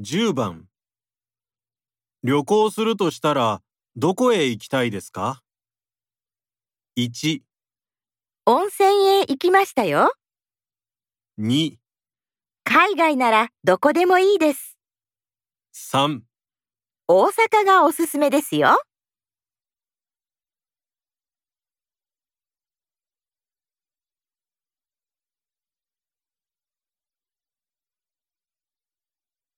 10番旅行するとしたらどこへ行きたいですか ?1、温泉へ行きましたよ。 2、海外ならどこでもいいです。 3大阪がおすすめですよ。